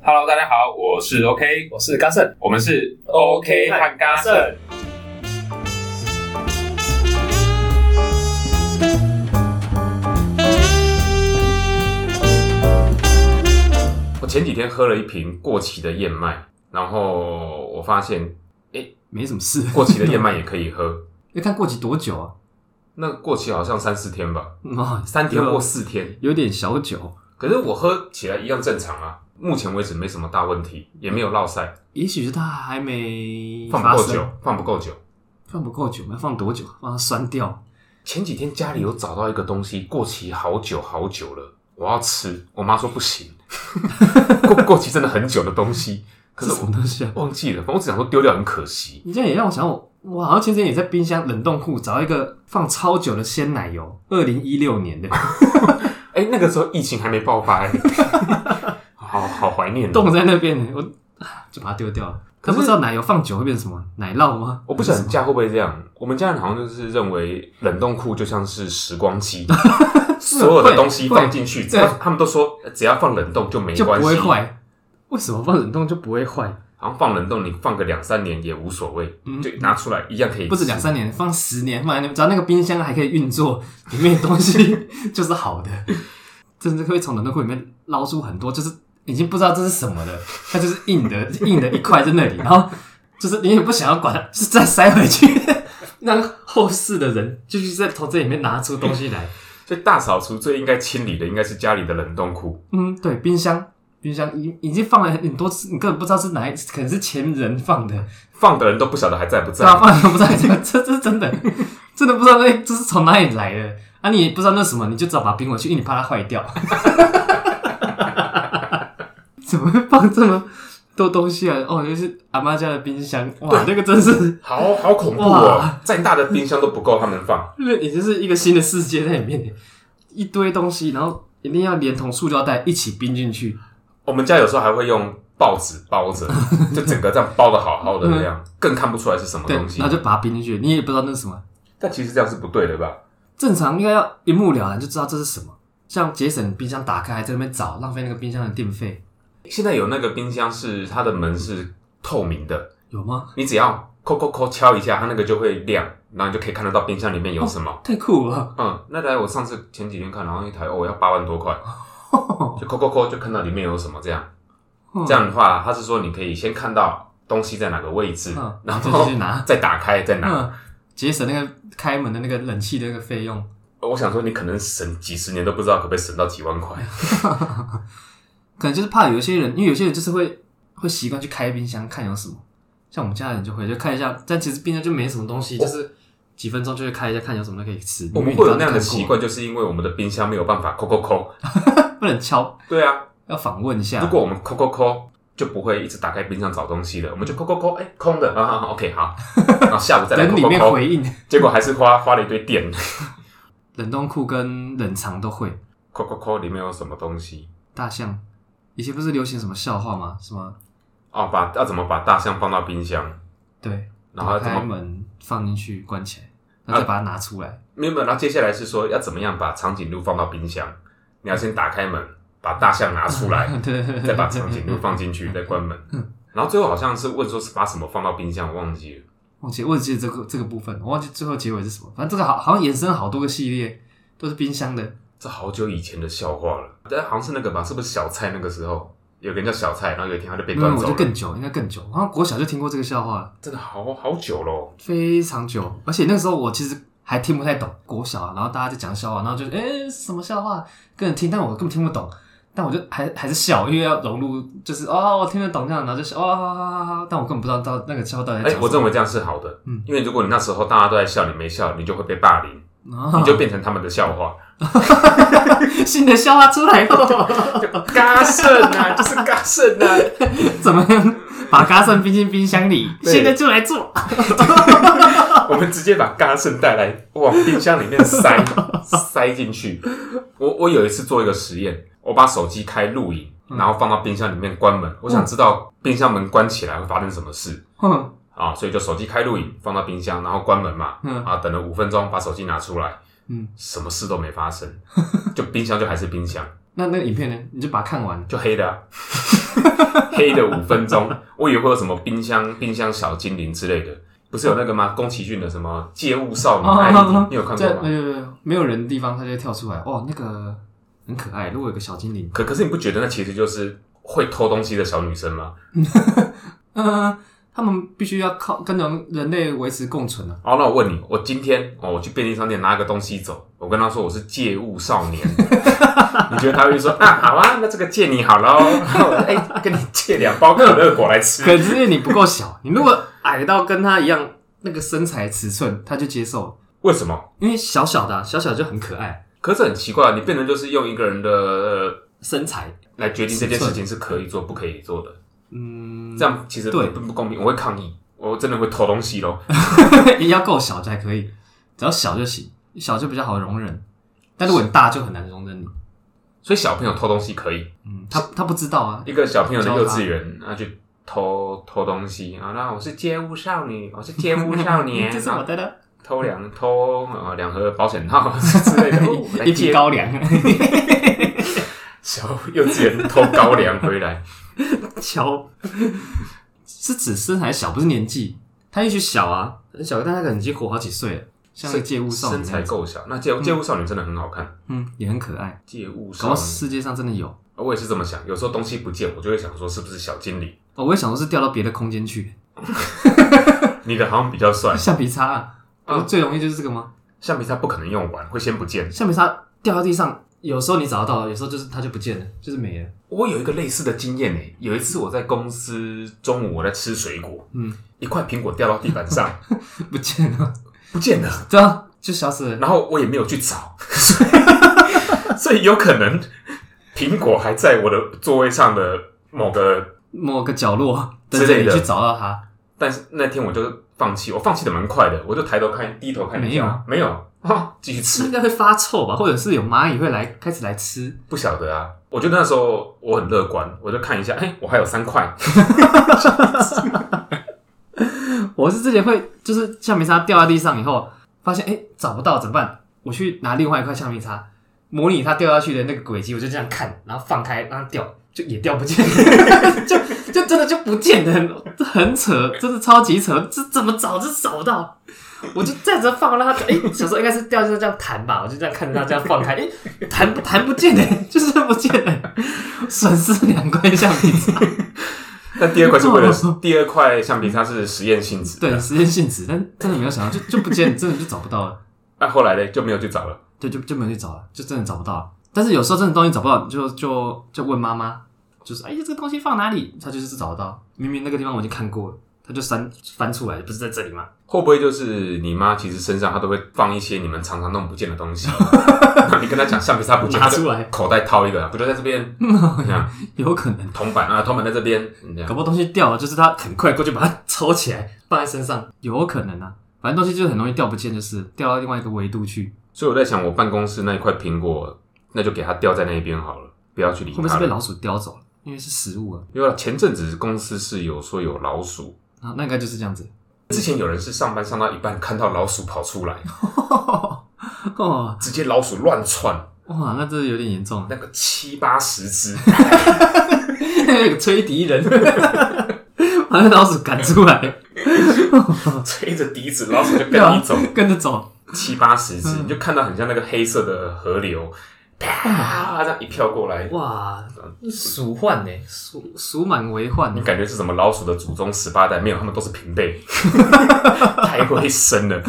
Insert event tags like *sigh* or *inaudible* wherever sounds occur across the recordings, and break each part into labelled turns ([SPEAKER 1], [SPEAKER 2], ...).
[SPEAKER 1] Hello，大家好，我是 OK，
[SPEAKER 2] 我是嘉盛，
[SPEAKER 1] 我们是
[SPEAKER 2] OK
[SPEAKER 1] 和
[SPEAKER 2] 嘉
[SPEAKER 1] 嘎
[SPEAKER 2] 盛
[SPEAKER 1] 盛。
[SPEAKER 3] 我前几天喝了一瓶过期的燕麦，然后我发现
[SPEAKER 4] 没什么事。
[SPEAKER 3] *laughs* 过期的燕麦也可以喝。 *laughs*
[SPEAKER 4] 要看过期多久啊？
[SPEAKER 3] 那过期好像三四天吧，
[SPEAKER 4] 妈，
[SPEAKER 3] 嗯三天
[SPEAKER 4] 有
[SPEAKER 3] 或四天，
[SPEAKER 4] 有点小酒，
[SPEAKER 3] 可是我喝起来一样正常啊。目前为止没什么大问题，也没有落塞，
[SPEAKER 4] 也许是它还没
[SPEAKER 3] 放不够
[SPEAKER 4] 发生
[SPEAKER 3] 久，，放不够久。
[SPEAKER 4] 放不够久，要放多久？让它酸掉。
[SPEAKER 3] 前几天家里有找到一个东西过期好久好久了，我要吃，我妈说不
[SPEAKER 4] *laughs*
[SPEAKER 3] 行，过过期真的很久的东西，可
[SPEAKER 4] 是
[SPEAKER 3] 是
[SPEAKER 4] 什
[SPEAKER 3] 我
[SPEAKER 4] 么东西啊？
[SPEAKER 3] 忘记了，反正我只想说丢掉很可惜。
[SPEAKER 4] 你这样也让我想我，我好像前阵也在冰箱冷冻库找到一个放超久的鲜奶油，二零一
[SPEAKER 3] *laughs*
[SPEAKER 4] 六年的，
[SPEAKER 3] 哎、那个时候疫情还没爆发、
[SPEAKER 4] *laughs*
[SPEAKER 3] 欸，好好怀念哦、
[SPEAKER 4] 冻在那边呢，我就把它丢掉了。
[SPEAKER 3] 可
[SPEAKER 4] 可
[SPEAKER 3] 是
[SPEAKER 4] 不知道奶油放久会变成什么奶酪吗？
[SPEAKER 3] 我不晓得
[SPEAKER 4] 还
[SPEAKER 3] 你
[SPEAKER 4] 是什么
[SPEAKER 3] 家会不会这样，我们家人好像就是认为冷冻库就像是时光
[SPEAKER 4] *laughs*
[SPEAKER 3] 机，所有的东西放进去，
[SPEAKER 4] 啊会
[SPEAKER 3] 只要他们都说呃只要放冷冻就没
[SPEAKER 4] 就
[SPEAKER 3] 关
[SPEAKER 4] 不
[SPEAKER 3] 系
[SPEAKER 4] 会，坏。为什么放冷冻就不会坏？
[SPEAKER 3] 好像放冷冻你放个两三年也无所谓，
[SPEAKER 4] 嗯
[SPEAKER 3] 就拿出来一样可以吃。
[SPEAKER 4] 不止两三年，放十年，放在那边，只要那个冰箱还可以运作，里面的东西就是好 *laughs* 的，真的会从冷冻库里面捞出很多，就是已经不知道这是什么的，它就是硬的，硬的一块在那里，然后就是你也不想要管它，就是再塞回 *laughs* 去，让后世的人继续在从这里面拿出东西来。
[SPEAKER 3] 所以大扫除最应该清理的应该是家里的冷冻库，
[SPEAKER 4] 嗯，对，冰箱。冰箱已已经放了很多次，你根本不知道是哪一，可能是前人放的，
[SPEAKER 3] 放的人都不晓得还在不在
[SPEAKER 4] 对。啊，放的不知道 *laughs* 这个，这这是真的，真的不知道那这是从哪里来的啊！你也不知道那是什么，你就只好把它冰回去，因为你怕它坏掉。 *laughs* 怎么会放这么多东西啊？哦，就是阿妈家的冰箱，哇，那个真是，
[SPEAKER 3] 好好恐怖哦！再大的冰箱都不够他们放，
[SPEAKER 4] 那也就是一个新的世界在里面，一堆东西，然后一定要连同塑胶袋一起冰进去。
[SPEAKER 3] 我们家有时候还会用报纸包
[SPEAKER 4] *laughs*
[SPEAKER 3] 着，就整个这样包的好好的那样，更看不出来是什么
[SPEAKER 4] 嗯对，
[SPEAKER 3] 东西
[SPEAKER 4] 然后。就把它冰进去，你也不知道那是什么。
[SPEAKER 3] 但其实这样是不对的吧？
[SPEAKER 4] 正常应该要一目了然就知道这是什么，像节省冰箱打开还在那边找，浪费那个冰箱的电费，
[SPEAKER 3] 现在有那个冰箱是它的门是透明的，
[SPEAKER 4] 有吗？
[SPEAKER 3] 你只要扣扣扣敲一下，它那个就会亮，然后你就可以看得到冰箱里面有什么。
[SPEAKER 4] 太酷了！
[SPEAKER 3] 嗯，那台我上次前几天看，然后一台哦要八万
[SPEAKER 4] *laughs*
[SPEAKER 3] 多块，就扣扣扣就看到里面有什么这样。
[SPEAKER 4] 嗯
[SPEAKER 3] 这样的话，它是说你可以先看到东西在哪个位置
[SPEAKER 4] 嗯，
[SPEAKER 3] 然
[SPEAKER 4] 就
[SPEAKER 3] 后
[SPEAKER 4] 去拿
[SPEAKER 3] 再打开再拿。
[SPEAKER 4] 嗯，节省那个开门的那个冷气的那个费用，
[SPEAKER 3] 我想说，你可能省几十年都不知道可不可以省到几万
[SPEAKER 4] 哎
[SPEAKER 3] 块。
[SPEAKER 4] 可能就是怕有些人，因为有些人就是会会习惯去开冰箱看有什么，像我们家人就会就看一下，但其实冰箱就没什么东西，就是几分钟就会开一下看有什么可以吃。
[SPEAKER 3] 我们
[SPEAKER 4] 因为
[SPEAKER 3] 会
[SPEAKER 4] 你
[SPEAKER 3] 有
[SPEAKER 4] 刚刚
[SPEAKER 3] 那样的
[SPEAKER 4] 看过
[SPEAKER 3] 习，惯，就是因为我们的冰箱没有办法扣扣扣。
[SPEAKER 4] 不能敲，
[SPEAKER 3] 对啊，
[SPEAKER 4] 要访问一下。
[SPEAKER 3] 如果我们抠抠抠，就不会一直打开冰箱找东西了，我们就抠抠抠，哎、空的，啊啊啊，OK，好，
[SPEAKER 4] *laughs*
[SPEAKER 3] 然后下午再来
[SPEAKER 4] 等
[SPEAKER 3] 抠
[SPEAKER 4] 里
[SPEAKER 3] 抠
[SPEAKER 4] 面
[SPEAKER 3] 抠，
[SPEAKER 4] 回应，
[SPEAKER 3] 结果还是花花了一堆电，
[SPEAKER 4] 冷冻库跟冷藏都会。
[SPEAKER 3] 抠抠抠里面有什么东西？
[SPEAKER 4] 大象以前不是流行什么笑话吗？什么
[SPEAKER 3] 哦，把要怎么把大象放到冰箱？
[SPEAKER 4] 对，
[SPEAKER 3] 然后要
[SPEAKER 4] 打
[SPEAKER 3] 怎
[SPEAKER 4] 开
[SPEAKER 3] 么？啊
[SPEAKER 4] 门放进去关起来，然后再把它拿出来。
[SPEAKER 3] 没有，没有然后接下来是说要怎么样把长颈鹿放到冰箱？你要先打开门，把大象拿出
[SPEAKER 4] *laughs*
[SPEAKER 3] 来，
[SPEAKER 4] 对对对，
[SPEAKER 3] 再把长
[SPEAKER 4] *laughs*
[SPEAKER 3] 颈鹿放进
[SPEAKER 4] 嗯
[SPEAKER 3] 去，再关门。然后最后好像是问说是把什么放到冰箱，我忘记了。
[SPEAKER 4] 忘记忘记这个这个部分，我忘记最后结尾是什么。反正这个好好像延伸了好多个系列，都是冰箱的。
[SPEAKER 3] 这好久以前的笑话了，但好像是那个吧？是不是小蔡那个时候有个人叫小蔡，然后有一天他就被
[SPEAKER 4] 因为
[SPEAKER 3] 端
[SPEAKER 4] 嗯我
[SPEAKER 3] 走
[SPEAKER 4] 就
[SPEAKER 3] 了？
[SPEAKER 4] 更久，应该更久，好像国小就听过这个笑话了，
[SPEAKER 3] 真的好好久哦咯。
[SPEAKER 4] 非常久。而且那时候我其实还听不太懂国小啊，然后大家在讲笑话，然后就是哎、诶什么笑话，跟人听，但我根本听不懂。但我就还还是笑，因为要融入，就是哦，我听得懂这样，然后就笑，哦，好好好好但我根本不知道到那个笑话到底在
[SPEAKER 3] 哎、
[SPEAKER 4] 讲什么。
[SPEAKER 3] 我认为这样是好的，
[SPEAKER 4] 嗯
[SPEAKER 3] 因为如果你那时候大家都在笑，你没笑，你就会被霸
[SPEAKER 4] *laughs*
[SPEAKER 3] 凌，
[SPEAKER 4] 啊
[SPEAKER 3] 你就变成他们的笑话。
[SPEAKER 4] *laughs* 新的笑话出来了，
[SPEAKER 3] 嘎胜啊，就是嘎胜啊！
[SPEAKER 4] 怎么样把嘎剩冰进冰箱里？
[SPEAKER 3] 对
[SPEAKER 4] 现在就来做。
[SPEAKER 3] *laughs* 我们直接把嘎胜带来往冰箱里面
[SPEAKER 4] *laughs*
[SPEAKER 3] 塞，塞进去。我我有一次做一个实验，我把手机开录影，
[SPEAKER 4] 嗯
[SPEAKER 3] 然后放到冰箱里面关门，我想知道冰箱门关起来会发生什么事。
[SPEAKER 4] 嗯
[SPEAKER 3] 啊，所以就手机开录影放到冰箱，然后关门嘛，
[SPEAKER 4] 嗯
[SPEAKER 3] 啊，等了五分钟把手机拿出来，
[SPEAKER 4] 嗯
[SPEAKER 3] 什么事都没发生，就冰箱就还是冰箱，
[SPEAKER 4] 那那个影片呢？你就把它看完。
[SPEAKER 3] 就黑的、啊，黑的五分钟。我以为会有什么冰箱、冰箱小精灵之类的，不是有那个吗？宫崎骏的什么《街舞少
[SPEAKER 4] 哦
[SPEAKER 3] 女艾莉》，哦你有看过
[SPEAKER 4] 哎在
[SPEAKER 3] 吗？
[SPEAKER 4] 呃没有人的地方，它就会跳出来。哦，那个很可爱。如果有个小精灵，
[SPEAKER 3] 可可是你不觉得那其实就是会偷东西的小女生吗？
[SPEAKER 4] 呃，他们必须要靠跟人人类维持共
[SPEAKER 3] *laughs*
[SPEAKER 4] 存啊。
[SPEAKER 3] 哦，那我问你，我今天哦，我去便利商店拿个东西走，我跟他说我是借物少年，你觉得他会说啊好啊，那这个借你好喽， *laughs* 哎、跟你借两包可乐果来吃，
[SPEAKER 4] 可是因为你不够小，你如果矮到跟他一样那个身材尺寸，他就接受了，
[SPEAKER 3] 为什么？
[SPEAKER 4] 因为小小的啊、小小就很可爱，
[SPEAKER 3] 可是很奇怪，啊你变成就是用一个人的、呃、
[SPEAKER 4] 身材， *laughs*
[SPEAKER 3] 来决定这件事情是可以做不可以做的，
[SPEAKER 4] 嗯，
[SPEAKER 3] 这样其实
[SPEAKER 4] 对
[SPEAKER 3] 并不公平，我会抗议，我真的会偷东西喽。
[SPEAKER 4] 也要够小才可以，只要小就行，小就比较好容忍。但如果你大就很难容忍你，
[SPEAKER 3] 所以小朋友偷东西可以，
[SPEAKER 4] 嗯，他他不知道啊，
[SPEAKER 3] 一个小朋友的幼稚园，那就偷偷东西啊，那我是街舞少女，我是街舞少
[SPEAKER 4] *laughs*
[SPEAKER 3] 年，
[SPEAKER 4] 嗯
[SPEAKER 3] 啊
[SPEAKER 4] 这是我的了，
[SPEAKER 3] 偷两偷啊两盒保险套 *laughs* 之类的，哦
[SPEAKER 4] *laughs* 一瓶高粱，
[SPEAKER 3] 小幼稚园偷高粱回来，
[SPEAKER 4] 小 *laughs* 是指身材小，不是年纪，他也许小啊，很小，但他可能已经活好几岁了， *laughs* 像个借物少
[SPEAKER 3] 身
[SPEAKER 4] 女
[SPEAKER 3] 材
[SPEAKER 4] 那样，
[SPEAKER 3] 够小，那借借物少女真的很好看，
[SPEAKER 4] 嗯，也很可爱。
[SPEAKER 3] 借物
[SPEAKER 4] 搞
[SPEAKER 3] 少
[SPEAKER 4] 到
[SPEAKER 3] 女，
[SPEAKER 4] 世界上真的有，哦
[SPEAKER 3] 我也是这么想，有时候东西不见，我就会想说是不是小精灵，
[SPEAKER 4] 哦我也想说是掉到别的空间去，
[SPEAKER 3] 你的好像比较帅，
[SPEAKER 4] 橡皮擦、啊，
[SPEAKER 3] 嗯
[SPEAKER 4] 不是最容易就是这个吗？
[SPEAKER 3] 橡皮擦不可能用完，会先不见。
[SPEAKER 4] 橡皮擦掉到地上，有时候你找得到，有时候就是它就不见了，就是没
[SPEAKER 3] *laughs*
[SPEAKER 4] 了。
[SPEAKER 3] 我有一个类似的经验诶，有一次我在公司中午我在吃水果，
[SPEAKER 4] 嗯，
[SPEAKER 3] 一块苹果掉到地板上
[SPEAKER 4] 不见了，
[SPEAKER 3] 不见了。
[SPEAKER 4] 对啊，就消失了。
[SPEAKER 3] 然后我也没有去找，所以所以有可能苹果还在我的座位上的某个，
[SPEAKER 4] 某个角落
[SPEAKER 3] 之
[SPEAKER 4] 等
[SPEAKER 3] 类
[SPEAKER 4] 着
[SPEAKER 3] 的
[SPEAKER 4] 你去找到它。
[SPEAKER 3] 但是那天我就放弃，我放弃的蛮快的，我就抬头看，低头看一下，没有啊，继续吃，
[SPEAKER 4] 是应该会发臭吧，或者是有蚂蚁会来开始来吃，
[SPEAKER 3] 不晓得啊。我觉得那时候我很乐观，我就看一下，哎、我还有三块， *laughs*
[SPEAKER 4] 我是之前会就是橡皮擦掉在地上以后，发现哎、诶找不到怎么办？我去拿另外一块橡皮擦，模拟它掉下去的那个轨迹，我就这样看，然后放开让它掉，就也掉不见， *laughs* 就就真的就不见了，这很扯，真的超级扯，这怎么找就找不到。我就站着放，让它哎、小时候应该是掉就是这样弹吧，我就这样看着它这样放开，哎、弹弹不见哎、 *laughs* 就是不见了，损失两块 *laughs* 橡皮擦。
[SPEAKER 3] 但第二块是 *laughs* 为了第二块橡皮擦是实验性质，
[SPEAKER 4] 对，，时间性质，但真的没有想到，就就不见，真的就找不到了，
[SPEAKER 3] 那、后来呢就没有去找了。
[SPEAKER 4] 对，就就没有去找了，就真的找不到了。但是有时候真的东西找不到，你就就就问妈妈，就是哎呀，这个东西放哪里？她就是找得到，明明那个地方我已经看过了，她就翻翻出来，不是在这里吗？ *laughs*
[SPEAKER 3] 会不会就是你妈其实身上她都会放一些你们常常弄不见的东
[SPEAKER 4] *laughs*
[SPEAKER 3] 西？那你跟她讲橡皮擦不见，
[SPEAKER 4] 拿出来，嗯
[SPEAKER 3] 口袋掏一个，不就在这边？这样
[SPEAKER 4] 有可能，
[SPEAKER 3] 铜板啊，铜板在这边，嗯这
[SPEAKER 4] 搞
[SPEAKER 3] 样
[SPEAKER 4] 不好东西掉了，就是她很快过去把它 *laughs* 抽起来放在身上，有可能啊。反正东西就是很容易掉不见，就是掉到另外一个维度去，
[SPEAKER 3] 所以我在想，我办公室那一块苹果，那就给它掉在那一边好了，不要去理
[SPEAKER 4] 会不会是
[SPEAKER 3] 它
[SPEAKER 4] 被
[SPEAKER 3] 了。
[SPEAKER 4] 老鼠叼走了？因为是食物啊，
[SPEAKER 3] 因为前阵子公司是有说有老鼠，
[SPEAKER 4] 啊，那应该就是这样子。 *laughs*
[SPEAKER 3] 之前有人是上班上到一半看到老鼠跑出来，
[SPEAKER 4] 哦，
[SPEAKER 3] 直接老鼠乱窜，
[SPEAKER 4] 哇，那真的有点严重啊。 *laughs*
[SPEAKER 3] 那个七八十只，
[SPEAKER 4] 那个吹笛人， *laughs* 把那老鼠赶出来，
[SPEAKER 3] 吹着笛子，老鼠就跟你走，
[SPEAKER 4] *laughs* 跟着走，
[SPEAKER 3] 七八十只，
[SPEAKER 4] 嗯
[SPEAKER 3] 你就看到很像那个黑色的河流，啪，这样一飘过来，
[SPEAKER 4] 哇，鼠患呢，鼠鼠满为患
[SPEAKER 3] 你，感觉是什么老鼠的祖宗十八代？没有，他们都是平
[SPEAKER 4] *laughs*
[SPEAKER 3] 辈，太会生了。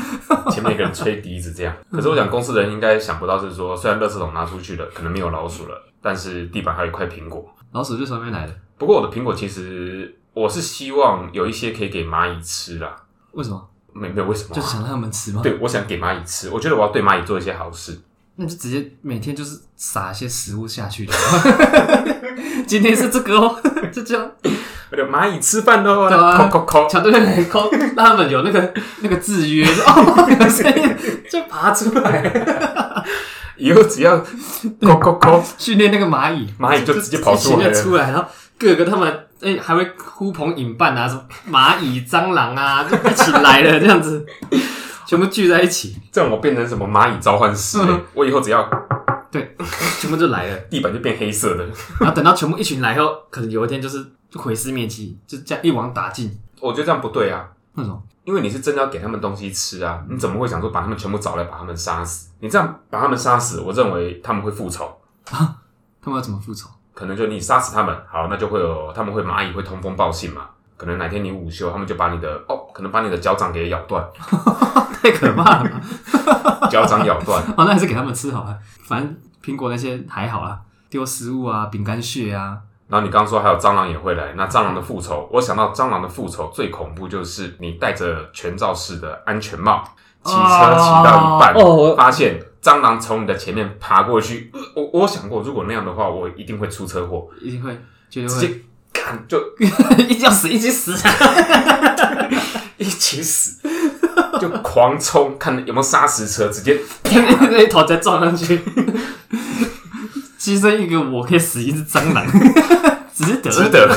[SPEAKER 3] 前面一个人吹笛子这样，可是我想公司的人应该想不到，是说虽然垃圾桶拿出去了，可能没有老鼠了，但是地板还有一块苹果。
[SPEAKER 4] 老鼠就从那边来的，
[SPEAKER 3] 不过我的苹果其实我是希望有一些可以给蚂蚁吃啦，
[SPEAKER 4] 为什么？
[SPEAKER 3] 没没有为什么啊
[SPEAKER 4] 就？想让他们吃吗？，
[SPEAKER 3] 对，我想给蚂蚁吃，我觉得我要对蚂蚁做一些好事。
[SPEAKER 4] 那你就直接每天就是撒一些食物下去就好 *laughs* 今天是这个哦， *laughs* 就这样，
[SPEAKER 3] 我的蚂蚁吃饭喽，
[SPEAKER 4] 对啊
[SPEAKER 3] 扣扣扣，
[SPEAKER 4] 抢对面来抠，让他们有那个那个制约， *laughs* 就哦， *laughs* 有声音就爬出来，
[SPEAKER 3] 以后只要扣扣扣，
[SPEAKER 4] 训练那个蚂蚁，
[SPEAKER 3] 蚂蚁就直接跑出来了
[SPEAKER 4] 就出来，然后各个他们哎、还会呼朋引伴啊，什么蚂蚁、蟑螂啊，就一起来了这样子，全部聚在一起。
[SPEAKER 3] 这样我变成什么蚂蚁召唤师、
[SPEAKER 4] 嗯
[SPEAKER 3] 我以后只要
[SPEAKER 4] 对，全部就来了。
[SPEAKER 3] 地板就变黑色的。
[SPEAKER 4] 然后等到全部一群来后，可能有一天就是毁尸灭迹，就这样一网打尽
[SPEAKER 3] 我觉得这样不对啊，
[SPEAKER 4] 那种。
[SPEAKER 3] 因为你是真的要给他们东西吃啊，你怎么会想说把他们全部找来把他们杀死？你这样把他们杀死，我认为他们会复仇，
[SPEAKER 4] 他们要怎么复仇？
[SPEAKER 3] 可能就你杀死他们，好，那就会有他们会蚂蚁会通风报信嘛。可能哪天你午休，他们就把你的哦，可能把你的脚掌给咬断，
[SPEAKER 4] 太可怕了吧！
[SPEAKER 3] 脚掌咬断，
[SPEAKER 4] 哦，那还是给他们吃好了。反正苹果那些还好啦，丢食物啊，饼干屑啊，
[SPEAKER 3] 然后你刚刚说还有蟑螂也会来，那蟑螂的复仇，我想到蟑螂的复仇最恐怖就是你戴着全罩式的安全帽，骑车骑到一半，
[SPEAKER 4] 哦我
[SPEAKER 3] 发现蟑螂从你的前面爬过去，呃我我想过，如果那样的话，我一定会出车祸，
[SPEAKER 4] 一定会，绝
[SPEAKER 3] 直
[SPEAKER 4] 对
[SPEAKER 3] 接看就
[SPEAKER 4] 会，一定要死，一起死啊！
[SPEAKER 3] 一起死， *laughs* 就狂冲，看有没有砂石车，直接
[SPEAKER 4] 那一头再撞上去，牺牲一个我可以死一只蟑螂，值得，
[SPEAKER 3] 值
[SPEAKER 4] *laughs*
[SPEAKER 3] 得，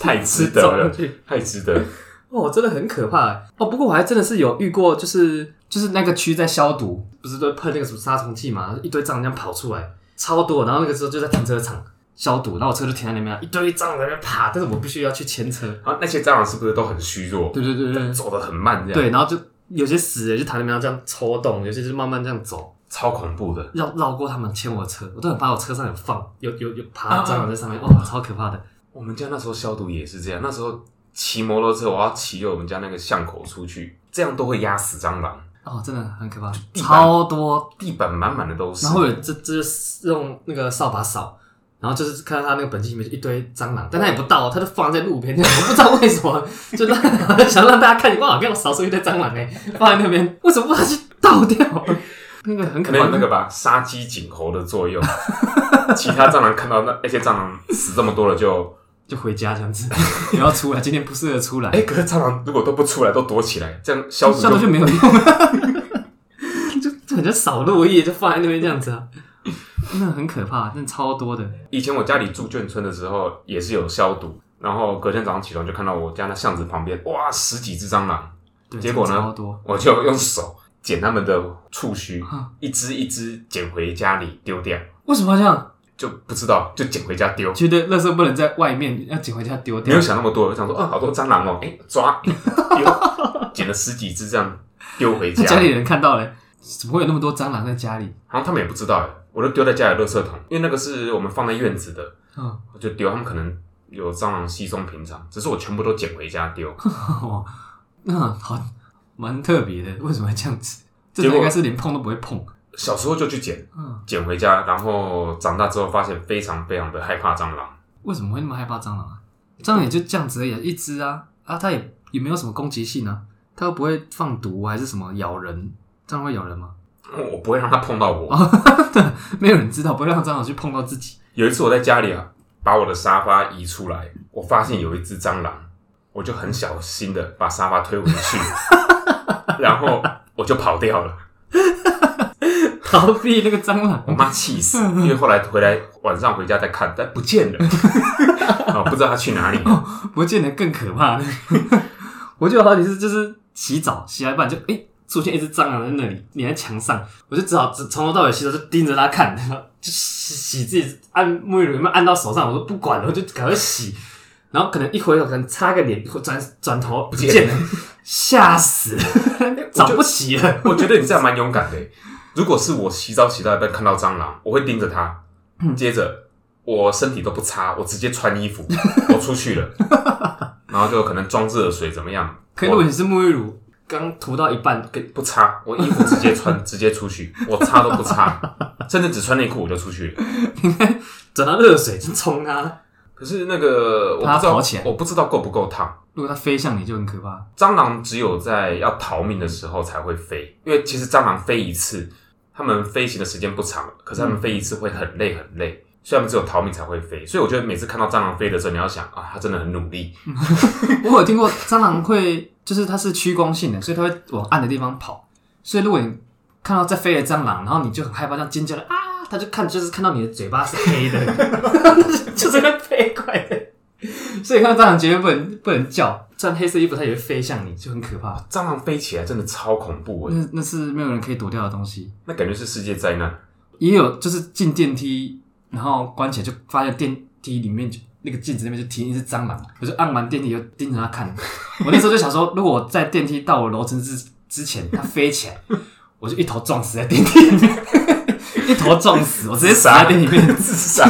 [SPEAKER 3] 太值得
[SPEAKER 4] 撞上
[SPEAKER 3] 了，
[SPEAKER 4] 去。
[SPEAKER 3] 太值得了，
[SPEAKER 4] 哦，真的很可怕欸哦。不过我还真的是有遇过，就是就是那个区在消毒，不是都喷那个什么杀虫剂嘛，一堆蟑螂这样跑出来，超多。然后那个时候就在停车场消毒，然后我车就停在那边啊，一堆蟑螂在那边爬，但是我必须要去牵车。
[SPEAKER 3] 然后那些蟑螂是不是都很虚弱，
[SPEAKER 4] 对对对对
[SPEAKER 3] 走得很慢，这样，
[SPEAKER 4] 对，然后就有些死了就躺在那边这样抽动，有些就慢慢这样走，
[SPEAKER 3] 超恐怖的。
[SPEAKER 4] 绕绕过他们牵我车，我都很怕我车上有放有有有爬
[SPEAKER 3] 啊
[SPEAKER 4] 蟑螂在上面，哇，超可怕的。
[SPEAKER 3] 我们家那时候消毒也是这样，那时候骑摩托车，我要骑我们家那个巷口出去，这样都会压死蟑螂，
[SPEAKER 4] 哦，真的很可怕，
[SPEAKER 3] 地板
[SPEAKER 4] 超多
[SPEAKER 3] 地板满满的都是。
[SPEAKER 4] 然后有这这就是用那个扫把扫，然后就是看到他那个本机里面就一堆蟑螂，但他也不倒，他就放在路边，这样我不知道为什么，就让想让大家看，哇，给我扫出一堆蟑螂哎、放在那边，为什么不把它去倒掉？那个很
[SPEAKER 3] 可
[SPEAKER 4] 可
[SPEAKER 3] 能
[SPEAKER 4] 怕
[SPEAKER 3] 有，那个吧，杀鸡儆猴的作
[SPEAKER 4] *laughs*
[SPEAKER 3] 用。其他蟑螂看到那那些蟑螂死这么多了就，
[SPEAKER 4] 就回家这样子，不要出来，今天不适合出来
[SPEAKER 3] 哎、，可是蟑螂如果都不出来，都躲起来，这样消毒
[SPEAKER 4] 笑的就
[SPEAKER 3] 就
[SPEAKER 4] 没有用，就就很像扫落叶，就放在那边这样子啊，那很可怕，那超多的，
[SPEAKER 3] 以前我家里住眷村的时候也是有消毒，然后隔天早上起床就看到我家那巷子旁边，哇，十几只蟑螂，
[SPEAKER 4] 对，
[SPEAKER 3] 结果呢
[SPEAKER 4] 超多，
[SPEAKER 3] 我就用手捡它们的触须
[SPEAKER 4] 啊，
[SPEAKER 3] 一只一只捡回家里丢掉。
[SPEAKER 4] 为什么要这样？
[SPEAKER 3] 就不知道，就捡回家丢，
[SPEAKER 4] 觉得垃圾不能在外面，要捡回家丢
[SPEAKER 3] 没
[SPEAKER 4] 掉
[SPEAKER 3] 有。想那么多，我想说，哦，好多蟑螂哦，哎、抓 *laughs* 丢，捡了十几只这样丢回
[SPEAKER 4] 那
[SPEAKER 3] 家，
[SPEAKER 4] *laughs* 家里人看到了，怎么会有那么多蟑螂在家里？
[SPEAKER 3] 然后他们也不知道，哎，我就丢在家里的垃圾桶，因为那个是我们放在院子的，
[SPEAKER 4] 嗯， *laughs*
[SPEAKER 3] 我就丢，他们可能有蟑螂稀松平常，只是我全部都捡回家丢，
[SPEAKER 4] 哦，那好，蛮特别的，为什么会这样 *laughs* 子？这
[SPEAKER 3] 结果
[SPEAKER 4] 种应该是连碰都不会碰。
[SPEAKER 3] 小时候就去捡，
[SPEAKER 4] 嗯，
[SPEAKER 3] 捡回家，然后长大之后发现非常非常的害怕蟑螂，
[SPEAKER 4] 为什么会那么害怕蟑螂啊？蟑螂也就这样子而已啊，一只啊，啊，它也也没有什么攻击性啊，它又不会放毒啊还是什么咬人。蟑螂会咬人吗？ *laughs*
[SPEAKER 3] 我不会让它碰到我。
[SPEAKER 4] 没有人知道，不会让蟑螂去碰到自己。 *laughs*
[SPEAKER 3] 有一次我在家里啊，把我的沙发移出来，我发现有一只蟑螂，我就很小心的把沙发推回去，然后我就跑掉了。
[SPEAKER 4] 逃避那个蟑
[SPEAKER 3] 我
[SPEAKER 4] 螂， *laughs*
[SPEAKER 3] 妈气死，因为后来回来晚上回家再看，但不见了，啊、不知道它去哪里了。
[SPEAKER 4] 不见得更可 *laughs* 怕。我就有好几次就是洗澡洗到一半就哎、诶出现一只蟑螂在那里粘在墙上，我就只好只从头到尾洗澡就盯着它看，然后就洗洗自己按沐浴乳有没有按到手上，我说不管了，我就赶快洗。然后可能一回头，可能擦个脸，转转头不见了，吓死了，找不起了。
[SPEAKER 3] 我觉得你这样蛮勇敢的欸。如果是我洗澡洗到一半看到蟑螂，我会盯着它，接着我身体都不擦，我直接穿衣服，我出去了，然后就可能装热水怎么样，
[SPEAKER 4] 可如果你是沐浴乳刚涂到一半，
[SPEAKER 3] 给不擦，我衣服直接穿， *laughs* 直接出去，我擦都不擦，甚至只穿内裤我就出去了。
[SPEAKER 4] 转到热水就冲它，
[SPEAKER 3] 可是那个我
[SPEAKER 4] 怕它
[SPEAKER 3] 不知道
[SPEAKER 4] 跑起来，
[SPEAKER 3] 我不知道够不够烫。
[SPEAKER 4] 如果它飞向你就很可怕。
[SPEAKER 3] 蟑螂只有在要逃命的时候才会飞，因为其实蟑螂飞一次，它们飞行的时间不长，可是它们飞一次会很累很累，所以它们只有逃命才会飞。所以我觉得每次看到蟑螂飞的时候，你要想啊，它真的很努力，
[SPEAKER 4] 我有听过蟑螂会，就是它是趋光性的，所以它会往暗的地方跑。所以如果你看到在飞的蟑螂，然后你就很害怕，这样尖叫的啊，它就看就是看到你的嘴巴是黑的， *laughs* 就是在飞过来的。所以看到蟑螂绝对不能不能叫，穿黑色衣服它也会飞向你，就很可怕。
[SPEAKER 3] 蟑螂飞起来真的超恐怖诶、
[SPEAKER 4] 嗯那那是没有人可以躲掉的东西。
[SPEAKER 3] 那感觉是世界灾难。
[SPEAKER 4] 也有就是进电梯，然后关起来就发现电梯里面就那个镜子那边就停一只蟑螂，我就按完电梯就盯着它看。我那时候就想说，如果我在电梯到我楼层之之前它飞起来，我就一头撞死在电梯里面，一头撞死，我直接死在电梯里面。
[SPEAKER 3] 自杀。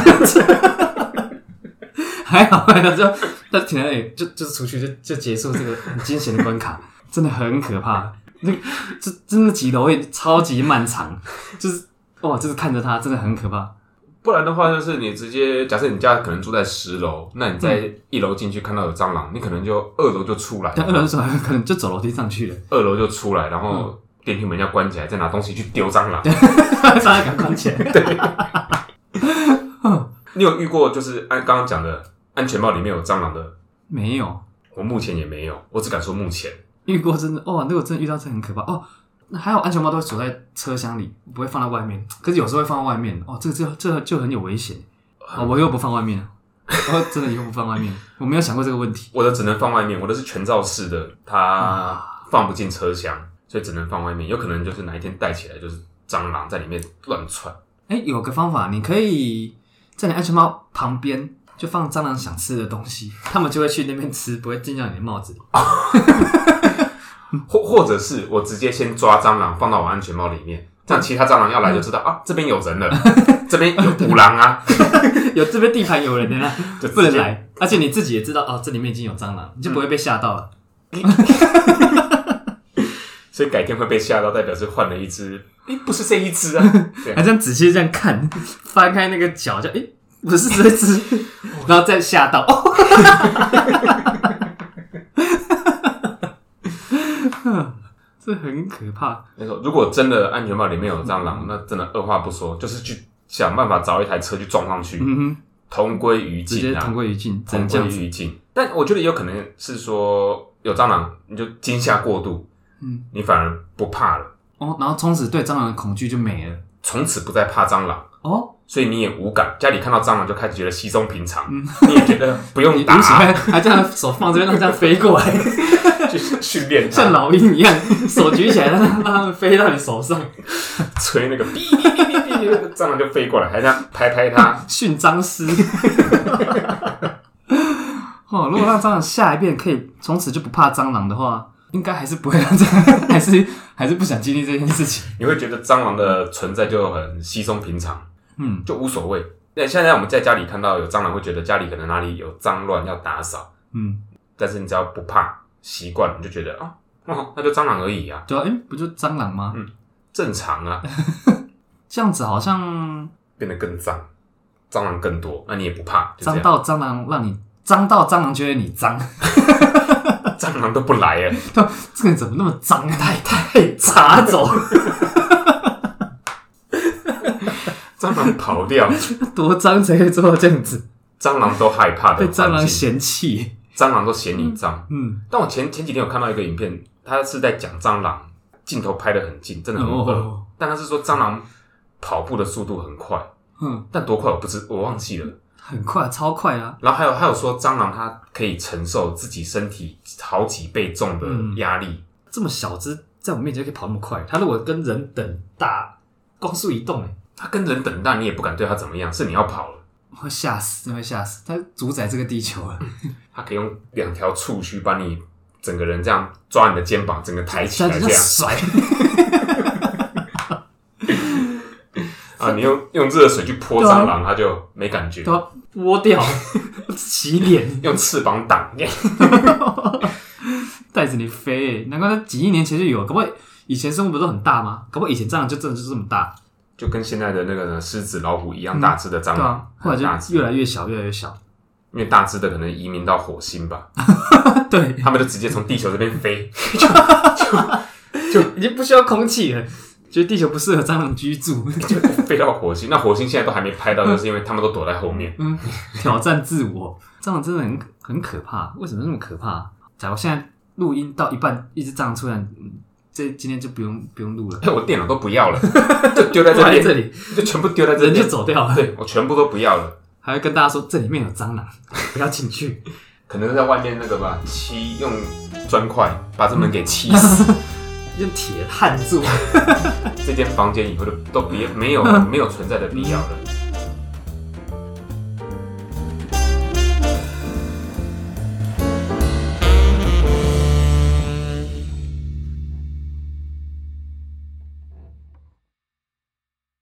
[SPEAKER 4] 还好，还好，就但停在那里，就就是出去就就结束这个很惊险的关卡，真的很可怕。那个这真的几楼会超级漫长，就是哇，就是看着它真的很可怕。
[SPEAKER 3] 不然的话，就是你直接假设你家可能住在十楼，那你在一楼进去看到有蟑螂，你可能就二楼就出来，
[SPEAKER 4] 但嗯 *laughs* 二楼的时候还可能就走楼梯上去了， *laughs*
[SPEAKER 3] 二楼就出来，然后电梯门要关起来，再拿东西去丢蟑
[SPEAKER 4] 嗯
[SPEAKER 3] 螂。
[SPEAKER 4] 上来赶快关起来。
[SPEAKER 3] *laughs* 你有遇过就是按刚刚讲的安全帽里面有蟑螂的？
[SPEAKER 4] 没有
[SPEAKER 3] 我目前也没有，我只敢说目前。
[SPEAKER 4] 遇过真的哦哇，那个真的遇到真的很可怕哦。那还好安全帽都会锁在车厢里，不会放在外面。可是有时候会放在外面哦，这个这这就很有危险哦。我又不放外面，我真的以后不放外面，我没有想过这个问题。
[SPEAKER 3] 我的只能放外面，我的是全罩式的，它
[SPEAKER 4] 啊
[SPEAKER 3] 放不进车厢，所以只能放外面。有可能就是哪一天带起来，就是蟑螂在里面乱窜。
[SPEAKER 4] 哎，有个方法，你可以在你安全帽旁边就放蟑螂想吃的东西，它们就会去那边吃，不会进到你的帽子里。
[SPEAKER 3] 或或者是我直接先抓蟑螂放到我安全帽里面，这样其他蟑螂要来就知道
[SPEAKER 4] 嗯
[SPEAKER 3] 啊，这边有人了，这边
[SPEAKER 4] *laughs*
[SPEAKER 3] 有五狼啊，
[SPEAKER 4] 有这边地盘有人的 *laughs* 啦，
[SPEAKER 3] 就
[SPEAKER 4] 不
[SPEAKER 3] 直
[SPEAKER 4] 能
[SPEAKER 3] 接。
[SPEAKER 4] 来。而且你自己也知道哦，这里面已经有蟑螂，你就不会被吓到了。
[SPEAKER 3] 所以改天会被吓到，代表是换了一只，诶、不是这一只
[SPEAKER 4] *laughs*
[SPEAKER 3] 啊，对
[SPEAKER 4] 还这样仔细这样看， *laughs* 翻开那个脚，就哎，我是这 *laughs* 只，然后再吓到。 *laughs* 哦这很可怕，
[SPEAKER 3] 没错，如果真的安全帽里面有蟑螂，那真的二话不说，就是去想办法找一台车去撞上去，
[SPEAKER 4] 嗯哼，
[SPEAKER 3] 同归于
[SPEAKER 4] 直接
[SPEAKER 3] 尽
[SPEAKER 4] 同
[SPEAKER 3] 啊，
[SPEAKER 4] 归于尽，只
[SPEAKER 3] 同
[SPEAKER 4] 能这
[SPEAKER 3] 归
[SPEAKER 4] 样子。
[SPEAKER 3] 于尽。但我觉得有可能是说有蟑螂，你就惊吓过度，
[SPEAKER 4] 嗯，
[SPEAKER 3] 你反而不怕了，
[SPEAKER 4] 哦，然后从此对蟑螂的恐惧就没了。
[SPEAKER 3] 从此不再怕蟑螂。
[SPEAKER 4] 哦，
[SPEAKER 3] 所以你也无感，家里看到蟑螂就开始觉得稀松平常，你也觉
[SPEAKER 4] *laughs*
[SPEAKER 3] 得不用
[SPEAKER 4] 你
[SPEAKER 3] 打
[SPEAKER 4] 嗯无，所谓，还这样手放这边，让它这样飞过 *laughs* 来，
[SPEAKER 3] 去训练它
[SPEAKER 4] *laughs* 像老鹰一样，手举起来，让它让它们飞到你手上，
[SPEAKER 3] 吹那个哔哔哔哔哔，那个蟑螂就飞过来，还这样拍拍
[SPEAKER 4] *laughs*
[SPEAKER 3] 它，
[SPEAKER 4] 训蟑师。哦，如果让蟑螂下一遍可以从此就不怕蟑螂的话，应该还是不会让蟑螂， *laughs* 还是还是不想经历这件事情。
[SPEAKER 3] 你会觉得蟑螂的存在就很稀松平常。
[SPEAKER 4] 嗯，
[SPEAKER 3] 就无所谓。那现在我们在家里看到有蟑螂，会觉得家里可能哪里有脏乱要打扫，
[SPEAKER 4] 嗯，
[SPEAKER 3] 但是你只要不怕，习惯了你就觉得啊、哦，那就蟑螂而已啊，
[SPEAKER 4] 对啊，哎、不就蟑螂吗？
[SPEAKER 3] 正常
[SPEAKER 4] *laughs*
[SPEAKER 3] 啊，
[SPEAKER 4] 这样子好像
[SPEAKER 3] 变得更脏，蟑螂更多，那你也不怕，就这
[SPEAKER 4] 脏
[SPEAKER 3] 样，
[SPEAKER 4] 到蟑螂让你脏到蟑螂觉得你脏， *laughs*
[SPEAKER 3] *laughs* 蟑螂都不来耶，
[SPEAKER 4] 这个人怎么那么脏？太太查走，
[SPEAKER 3] 蟑螂跑掉，
[SPEAKER 4] *laughs* 多脏才可以做到这样子。
[SPEAKER 3] 蟑螂都害怕的
[SPEAKER 4] 被蟑
[SPEAKER 3] 环
[SPEAKER 4] 螂
[SPEAKER 3] 境，
[SPEAKER 4] 嫌弃。
[SPEAKER 3] 蟑螂都嫌你脏。
[SPEAKER 4] 嗯，
[SPEAKER 3] 但我前前几天有看到一个影片，它是在讲蟑螂，镜头拍的很近，真的很恶，
[SPEAKER 4] 哦，
[SPEAKER 3] 但它是说蟑螂跑步的速度很快，
[SPEAKER 4] 嗯，
[SPEAKER 3] 但多快我不知我忘记了。
[SPEAKER 4] 很快，超快啊！
[SPEAKER 3] 然后还有还有说，蟑螂它可以承受自己身体好几倍重的
[SPEAKER 4] 嗯
[SPEAKER 3] 压力，
[SPEAKER 4] 这么小只，在我面前就可以跑那么快，它如果跟人等大，光速移动，哎，
[SPEAKER 3] 它跟人等待你也不敢对它怎么样，是你要跑了，
[SPEAKER 4] 会吓死，真的会吓死。它主宰这个地球了，
[SPEAKER 3] 它可以用两条触须把你整个人这样抓你的肩膀，整个抬起
[SPEAKER 4] 它
[SPEAKER 3] 来
[SPEAKER 4] 就
[SPEAKER 3] 这
[SPEAKER 4] 在
[SPEAKER 3] 样
[SPEAKER 4] 甩。
[SPEAKER 3] 啊，你用用热水去泼
[SPEAKER 4] 对啊
[SPEAKER 3] 蟑螂，它就没感觉
[SPEAKER 4] 对，啊，窝掉，洗脸，
[SPEAKER 3] 用翅膀挡，
[SPEAKER 4] 带着你飞。哎难怪它几亿年前就有，搞不好以前生物不是都很大吗？搞不好以前蟑螂就真的就是这么大，
[SPEAKER 3] 就跟现在的那个狮子、老虎一样大只的蟑
[SPEAKER 4] 嗯对
[SPEAKER 3] 螂
[SPEAKER 4] 啊，，后来
[SPEAKER 3] 很大
[SPEAKER 4] 就
[SPEAKER 3] 只，
[SPEAKER 4] 越来越小，越来
[SPEAKER 3] *laughs*
[SPEAKER 4] 越小。
[SPEAKER 3] 因为大只的可能移民到火星吧，
[SPEAKER 4] 对，
[SPEAKER 3] 他们就直接从地球这边飞，
[SPEAKER 4] *laughs* 已经不需要空气了，觉得地球不适合蟑螂居住。
[SPEAKER 3] 飞到火星。那火星现在都还没拍到，就是因为他们都躲在后
[SPEAKER 4] *laughs*
[SPEAKER 3] 面。
[SPEAKER 4] 嗯，挑战自我，蟑螂真的很很可怕。为什么那么可怕？假如现在录音到一半，一只蟑螂突然，嗯这今天就不用不用录了，
[SPEAKER 3] 哎，我电脑都不要了，就丢在
[SPEAKER 4] 放
[SPEAKER 3] 这边，
[SPEAKER 4] 在 *laughs* 这里，
[SPEAKER 3] 就全部丢在这
[SPEAKER 4] 人
[SPEAKER 3] 边
[SPEAKER 4] 就。走掉了，
[SPEAKER 3] 对我全部都不要了，
[SPEAKER 4] 还会跟大家说这里面有蟑螂，不要进 *laughs* 去。 *laughs*
[SPEAKER 3] 可能在外面那个吧，漆用砖块把这门给漆死，
[SPEAKER 4] 用铁焊住。
[SPEAKER 3] 这间房间以后就都别没有没有存在的必要了。